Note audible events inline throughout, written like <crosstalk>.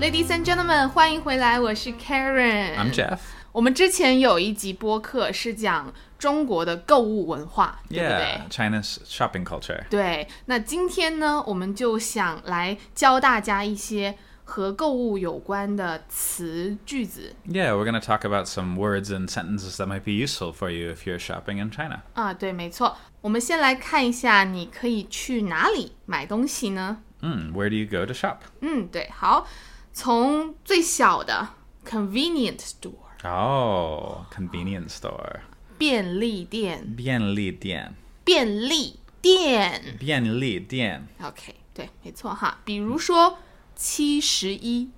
Ladies and gentlemen，欢迎回来，我是 Karen。 I'm Jeff. 我们之前有一集播客是讲中国的购物文化，对不对 Yeah, China's shopping culture. 对，那今天呢，我们就想来教大家一些和购物有关的词句子 Yeah, we're going to talk about some words and sentences that might be useful for you if you're shopping in China. 啊。对，没错，我们先来看一下，你可以去哪里买东西呢？ Mm, where do you go to shop? 嗯，对，好，从最小的 convenient store Oh, convenience store. 便利店，便利店.便利店便利店. ，OK，对，没错哈。比如说七十一，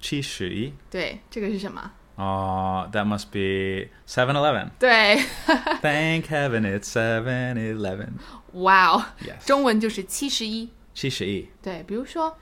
七十一.对，这个是什么？ Oh, that must be 7-Eleven. 对， <laughs> Thank heaven it's 7-Eleven. 哇哦 Yes. 中文就是七十一。七十一.对，比如说，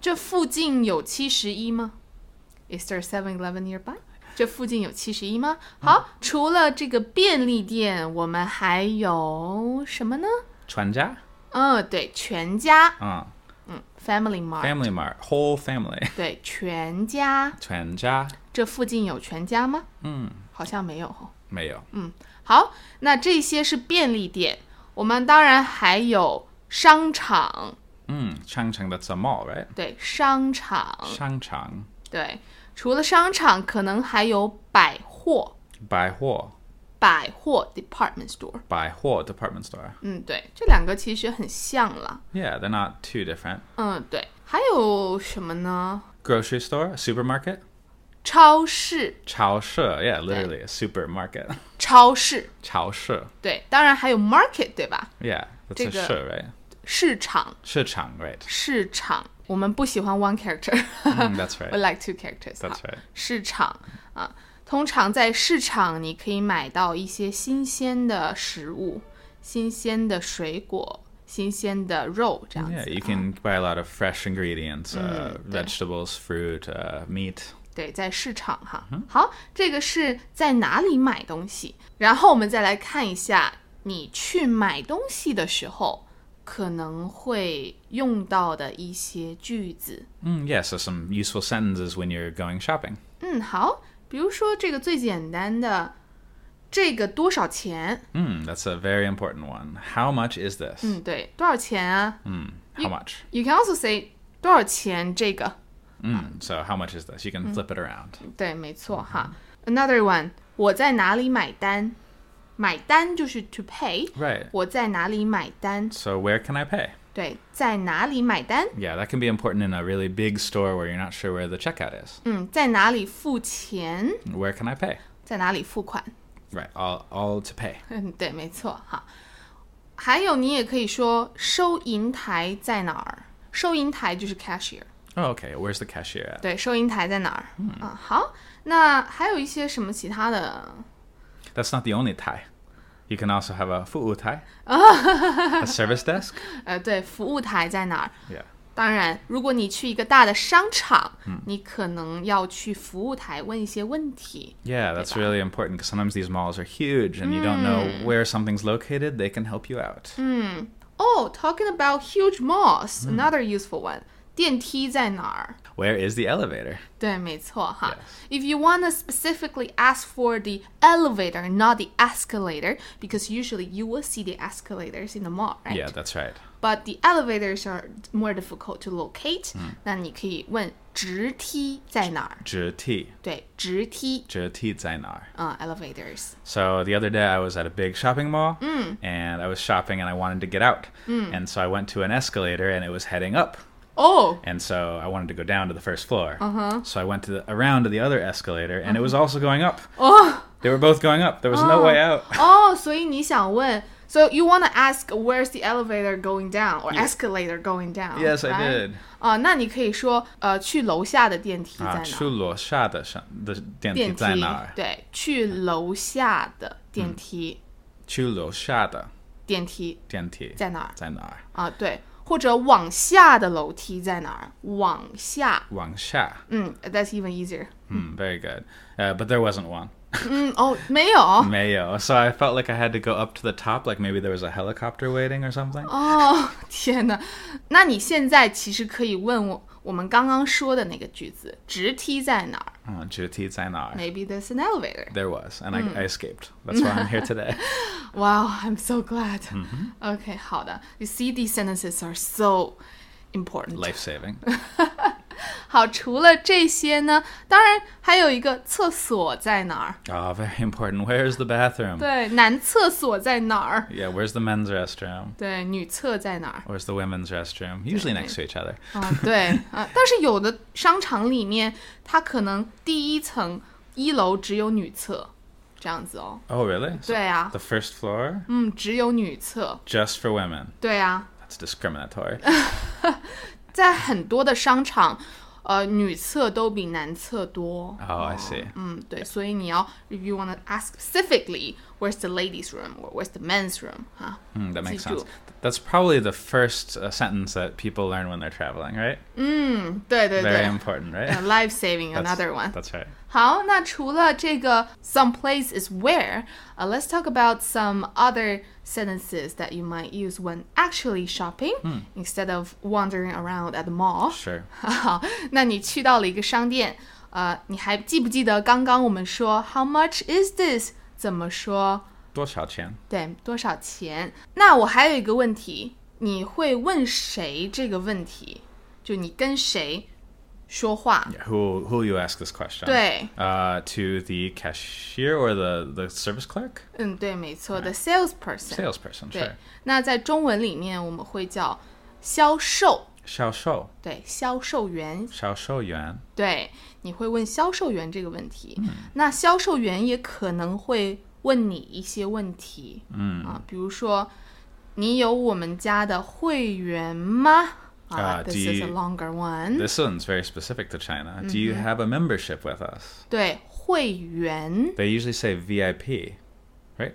这附近有七十一吗？Is there Seven Eleven nearby？这附近有七十一吗？好，除了这个便利店，我们还有什么呢？全家?嗯，对，全家嗯 Uh, Family Mart， family mart. Whole family. <laughs> 对，全家。全家?这附近有全家吗？嗯，好像没有哦。没有.好，那这些是便利店，我们当然还有商场， Mm, Changcheng, that's a mall, right? 对，商场，商场。对，除了商场，可能还有百货，百货，百货 department store。百货 department store. 嗯，对，这两个其实很像啦。 Yeah, they're not too different. 嗯，对，还有什么呢？ Grocery store, supermarket. 超市，超市, yeah, literally a supermarket. <laughs> 超市，超市,对，当然还有 market，对吧？ yeah, 这 that's a 个-市, right? 市场，市场, <laughs> right? 市场，我们不喜欢 one character， <laughs> Mm, that's we right. like two characters 哈。 That's right. 市场啊，通常在市场你可以买到一些新鲜的食物、新鲜的水果、新鲜的肉这样 Yeah, 子 you 啊。 can buy a lot of fresh ingredients, uh, vegetables, fruit, uh, meat. 对，在市场哈。好，这个是在哪里买东西？然后我们再来看一下，你去买东西的时候可能会用到的一些句子。 Mm, yeah, so some useful sentences when you're going shopping. 嗯，好，比如说这个最简单的，这个多少钱？ Mm, that's a very important one. How much is this? 嗯，对，多少钱啊？ Mm, how much? You can also say 多少钱这个， Mm, so how much is this? You can flip it around. 对，没错哈。Another one，我在哪里买单？买单就是 to pay。 Right. 我在哪里买单？ So where can I pay? 对，在哪里买单？ Yeah, that can be important in a really big store where you're not sure where the checkout is. 嗯，在哪里付钱？ Where can I pay? 在哪里付款？ <laughs> Right, all, all to pay. 嗯，对，没错哈。还有，你也可以说收银台在哪儿？收银台就是 cashier。 Oh, okay. Where's the cashier at? 对，收银台在哪儿？啊，好。那还有一些什么其他的？ That's not the only Thai. You can also have a fu'u Thai, a service <laughs> desk. 呃，对，服务台在哪儿？ Yeah. 当然，如果你去一个大的商场，你可能要去服务台问一些问题。 Yeah, that's really important because sometimes these malls are huge and you don't know where something's located. They can help you out. Oh, talking about huge malls, Mm. another useful one. 电梯在哪儿？ Where is the elevator? 对，没错哈。If you want to specifically ask for the elevator, not the escalator, because usually you will see the escalators in the mall, right? Yeah, that's right. But the elevators are more difficult to locate. Mm. 那你可以问直梯在哪儿？ Zheti. 对，直梯 Zheti zainar. 啊、e l e v a t o r s So the other day I was at a big shopping mall and I was shopping and I wanted to get out. And so I went to an escalator and it was heading up. Oh, And so I wanted to go down to the first floor. So I went to the, around to the other escalator and it was also going up. They were both going up. There was Oh. no way <laughs> out. 哦，所以你想问，so you wanna ask where's the elevator going down or escalator going down? Yes, I right? did. 啊，那你可以说，呃，去楼下的电梯在哪？ Ah, 电梯出楼下的电梯在哪儿？对，去楼下的电梯，电梯出楼下的电梯在哪儿？在哪儿？啊，对，或者往下的楼梯在哪儿？往下，往下。嗯，that's even easier。 Hmm, very good. Uh, but there wasn't one. 嗯，哦，没有， Mayo. So I felt like I had to go up to the top, like maybe there was a 哦 <laughs> helicopter waiting or something. 哦，天哪！那你现在其实可以问我，我们刚刚说的那个句子，直梯在哪儿 Uh, 直梯在哪儿? ？Maybe there's an elevator. There was, and I, I escaped. That's why I'm here <laughs> today. Wow, I'm so glad. <laughs> OK，好的。You see, these sentences are so important. Life saving. 好，除了这些呢，当然还有一个厕所在哪儿？ Oh, very important. Where's the bathroom? 对，男厕所在哪儿？ Yeah, where's the men's restroom? 对，女厕在哪儿？ Where's the women's restroom? Usually next to each other. 啊，对啊，但是有的商场里面，它可能第一层一楼只有女厕，这样子哦。 Oh, really? So 对啊 the，first floor? 嗯，只有女厕， Just for women. 对啊， That's discriminatory. <laughs> 在很多的商场，呃，女厕都比男厕多。 Oh, I see. 嗯，对，所以你要，if you wanna ask specifically where's the ladies' room or where's the men's room 啊， Mm, that makes Ziju. sense. That's probably the first uh, sentence that people learn when they're traveling, right? 对对 Very <laughs> 对 important, right? A，life saving That's- another one。 That's right. 好，那除了这个 some place is where，呃、l e t s talk about some other sentences that you might use when actually shopping、instead of wandering around at the mall。 Sure. 好， <laughs> 那你去到了一个商店，呃，你还记不记得刚刚我们说 how much is this 怎么说？多少钱?对，多少钱？那我还有一个问题，你会问谁这个问题？就你跟谁说话 Who who you ask this question? 对。 Uh, to the cashier or the, the service clerk? 嗯，对，没错，the salesperson。 Salesperson, 对 sure.，那在中文里面我们会叫销售，销售,对，销售员，销售员,对，你会问销售员这个问题。那销售员也可能会问你一些问题，嗯啊，比如说，你有我们家的会员吗？啊、啊 t h i s is a do you- longer one。 This one's very specific to China. Do you have a membership with us? 对，会员， They usually say VIP.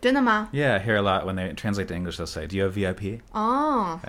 真的吗？ Yeah, I hear a lot when they translate to English. They'll say, "Do you have VIP?" 哦，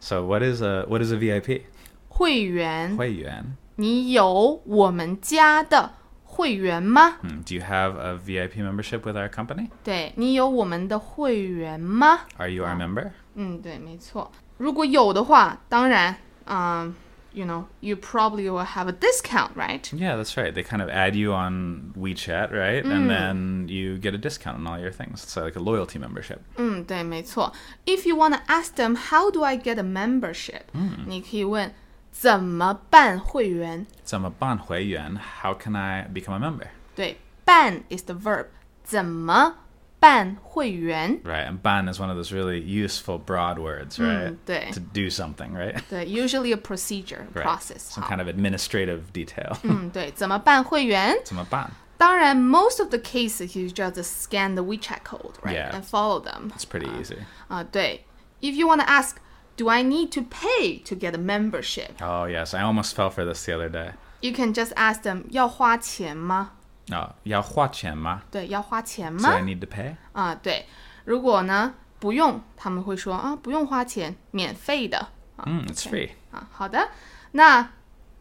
So what is a what is a VIP? 会员，会员.你有我们家的会员吗？ Hmm, Do you have a VIP membership with our company? 对你有我们的会员吗？ Are you our member? 嗯，对，没错。如果有的话，当然，嗯、y o u know, you probably will have a discount, right? Yeah, that's right. They kind of add you on WeChat, right? And then you get a discount on all your things. It's like a loyalty membership. 嗯，对，没错。If you wanna ask them how do I get a membership，、你可以问怎么办会员。 So I'm a 办会员. How can I become a member? 对，办 is the verb，怎么办会员？ Right, and ban is one of those really useful broad words, right? 对 To do something, right? 对，usually a procedure Right. process。Hmm. Some 好 kind of administrative detail. 嗯，对，怎么办会员？ So I'm a ban. 当然，most of the cases you just scan the WeChat code, right, Yeah. and follow them. It's pretty easy. 啊，对，if you wanna ask, do I need to pay to get a membership? Oh yes, I almost fell for this the other day. You can just ask them 要花钱吗？ Oh, 要花钱吗?对，要花钱 So I 吗？ need to pay? 啊，对，如果呢不用，他们会说啊不用花钱，免费的 Mm, it's free. 啊。好的，那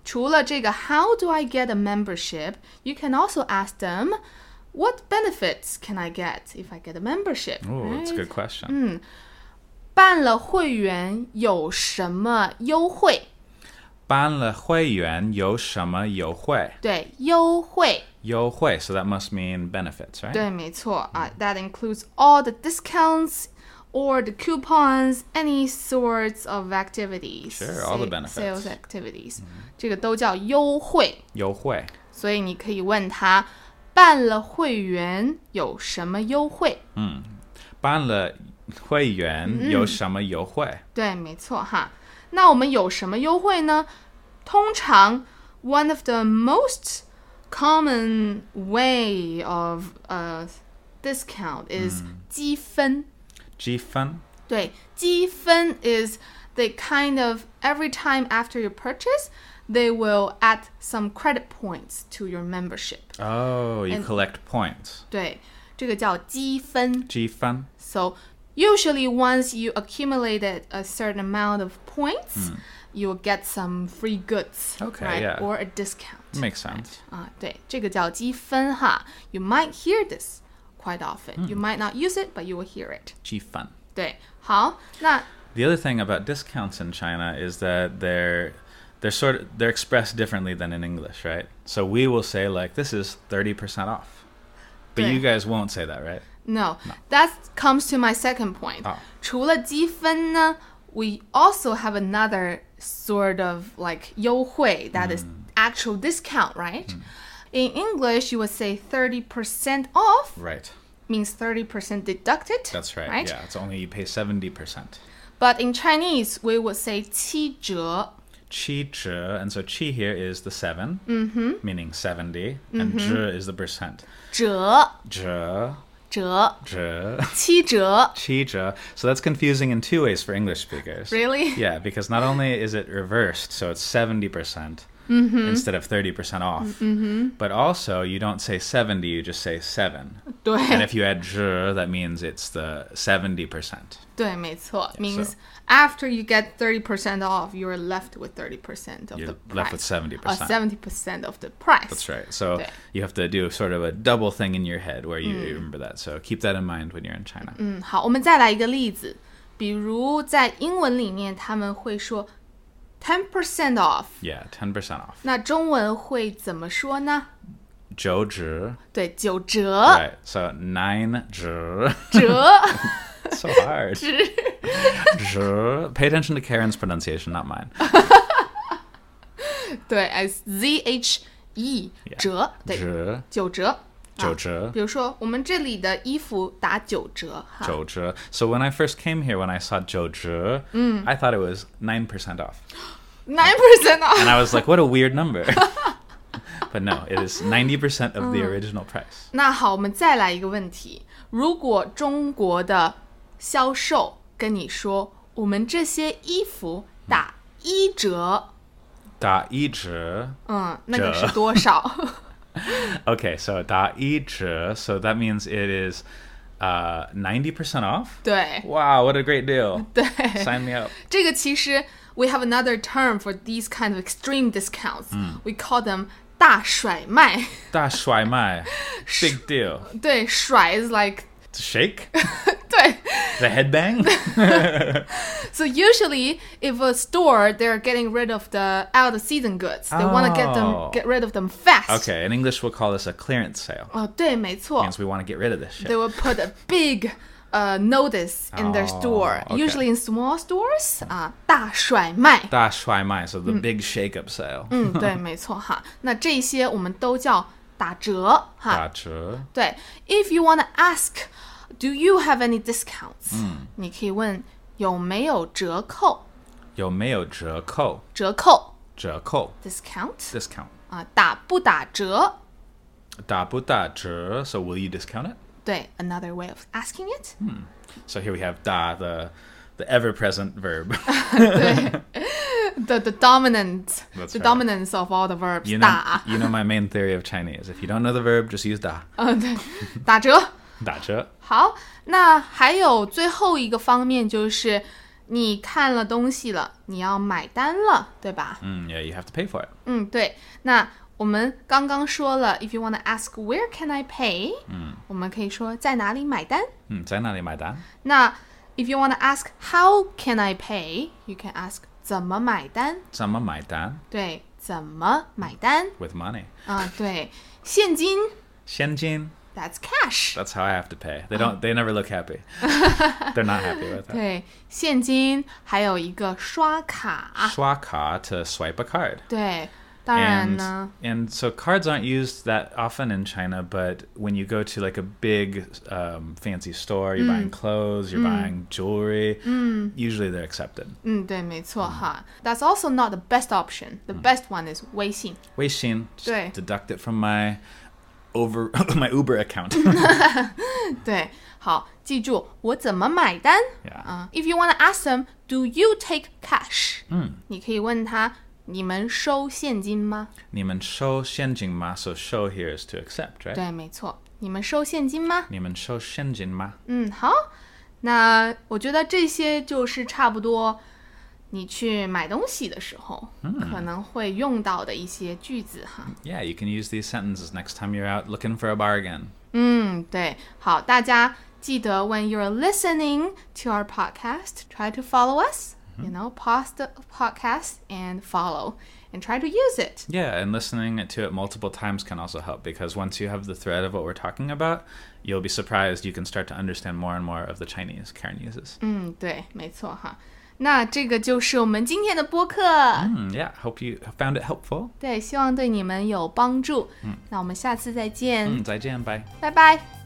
除了这个 How do I get a membership? You can also ask them. What benefits can I get if I get a membership? Oh, that's a right? good question. 办了会员有什么优惠？办了会员有什么优惠？对，优惠优惠, so that must mean benefits, right? 对，没错啊、t h a t includes all the discounts or the coupons, any sorts of activities. Sure, all the sa- benefits. Sales activities，、这个都叫优惠。优惠,所以你可以问他，办了会员有什么优惠？办了会员有什么优惠?对，没错哈。那我们有什么优惠呢？通常，one of the most common way of 呃、discount is Mm。积分。积分,对，积分 is they kind of every time after your purchase, they will add some credit points to your membership. Oh, you collect points. 对，这个叫积分。积分, So usually once you accumulated a certain amount of points, you'll get some free goods, Hmm. Okay, right? yeah. Or a discount. makes sense. 啊，对，这个叫积分哈。You might hear this quite often. Hmm. You might not use it, but you will hear it. 积分.对，好，那 The other thing about discounts in China is that they're they're sort of they're expressed differently than in English, right? So we will say like this is 30% off. But Right. you guys won't say that, right? Oh, No, that comes to my second point. 啊。除了积分呢，we also have another sort of like 优惠 that Mm. is actual discount, right? In English, you would say 30% off Right. means 30% deducted. That's right. Right? Yeah, it's only you pay 70%. But in Chinese, we would say 七折. Qi zhi, and so qi here is the 7, meaning 70, and zhi is the percent. 折,折,折,折,七折. <laughs> qi zhe. So that's confusing in two ways for English speakers. Really? Yeah, because not only is it reversed, so it's 70% percent Mm-hmm. instead of 30% off, but also you don't say 70, you just say 7. And <laughs> 对, if you add zhe, that means it's the 70%. 对,没错. Means after you get 30% off, you're left with 30% of You're the Oh, left price. with Or 70%. 70% of the price. That's right. So Right. you have to do sort of a double thing in your head where you Mm. you remember that. So keep that in mind when you're in China. 嗯，好，我们再来一个例子，比如在英文里面他们会说 ten percent off， Yeah, 10% off. 那中文会怎么说呢？九折.对，九折， Right. So <laughs> 9折.折 so <laughs> hard. 折. Pay attention to Karen's pronunciation, not mine. 对，s z h e，折，对，折,九折，啊。九折,比如说我们这里的衣服打九折，哈，九折. So when I first came here, when I saw 九折, I thought it was 9% off. nine percent off， And I was like, what a weird number. <laughs> but no, it is 90% of the original price. 那好，我们再来一个问题：如果中国的销售跟你说，我们这些衣服打一折，打一折,嗯，那个折是多少？ Okay, so 打一折, so that means it is uh, 90% off. 对 Wow, what a great deal. <laughs> 对， Sign me up. 这个其实 we have another term for these kind of extreme discounts.、We Mm. call them 大甩卖。 <laughs> 大甩卖. Big deal. 对，甩 is like <laughs> Shake? 对。 The headbang? So usually, if a store they're getting rid of the out of season goods, they want to get Oh. them get rid of them fast. Okay, in English we'll call this a clearance sale. 哦，对，没错。 Means we want to get rid of this shit. they will put a big uh, notice in their Oh, store. okay. Usually in small stores 啊、大甩卖。 <laughs> 大甩卖, so the big shake-up sale. 嗯，对，没错哈。那这些我们都叫打折哈。打折,对，If you wanna ask, do you have any discounts？、你可以问有没有折扣？有没有折扣?折扣折扣, discount discount. 啊，打不打折？打不打折, so will you discount it? 对，another way of asking it。 So here we have da, the, the ever-present verb. The the dominant, That's the right. dominance of all the verbs. You know, 打 you know my main theory of Chinese. If you don't know the verb, just use da. 打折。打折.好，那还有最后一个方面就是，你看了东西了，你要买单了，对吧？ Mm, yeah, you have to pay for it. 嗯，对。那我们刚刚说了，if you wanna ask where can I pay，嗯，我们可以说在哪里买单。 Mm, 在哪里买单?那 if you wanna ask how can I pay，you can ask 怎么买单。怎么买单?对，怎么买单？ With money. 啊、对，现金现金. that's cash。 That's how I have to pay. They don't. They never look happy. They're not happy with that. 对，现金还有一个刷卡。刷卡 to swipe a card. 对，当然 And, 呢， and so cards aren't used that often in China, but when you go to like a big um, fancy store, you're buying clothes, you're buying jewelry, usually they're accepted. 嗯，对，没错哈。That's also not the best option. The Mm. best one is 微信。微信, just 对。 deduct it from my over <laughs> my Uber account. 对，好，记住我怎么买单 Yeah. 啊？If you wanna ask them, do you take cash？嗯，Mm. 你可以问他，你们收现金吗？你们收现金吗? So show here is to accept, right? 对，没错，你们收现金吗？你们收现金吗?嗯，好，那我觉得这些就是差不多。你去买东西的时候，嗯可能会用到的一些句子哈。 Yeah, you can use these sentences next time you're out looking for a bargain. 嗯，对，好，大家记得 when you're listening to our podcast, try to follow us you know, pause the podcast and follow and try to use it. Yeah, and listening to it multiple times can also help because once you have the thread of what we're talking about, you'll be surprised you can start to understand more and more of the Chinese Karen uses. 嗯，对，没错哈。那这个就是我们今天的播客， Mm, yeah, hope you found it helpful. 对，希望对你们有帮助。嗯，那我们下次再见， Mm, 再见, bye. 拜拜。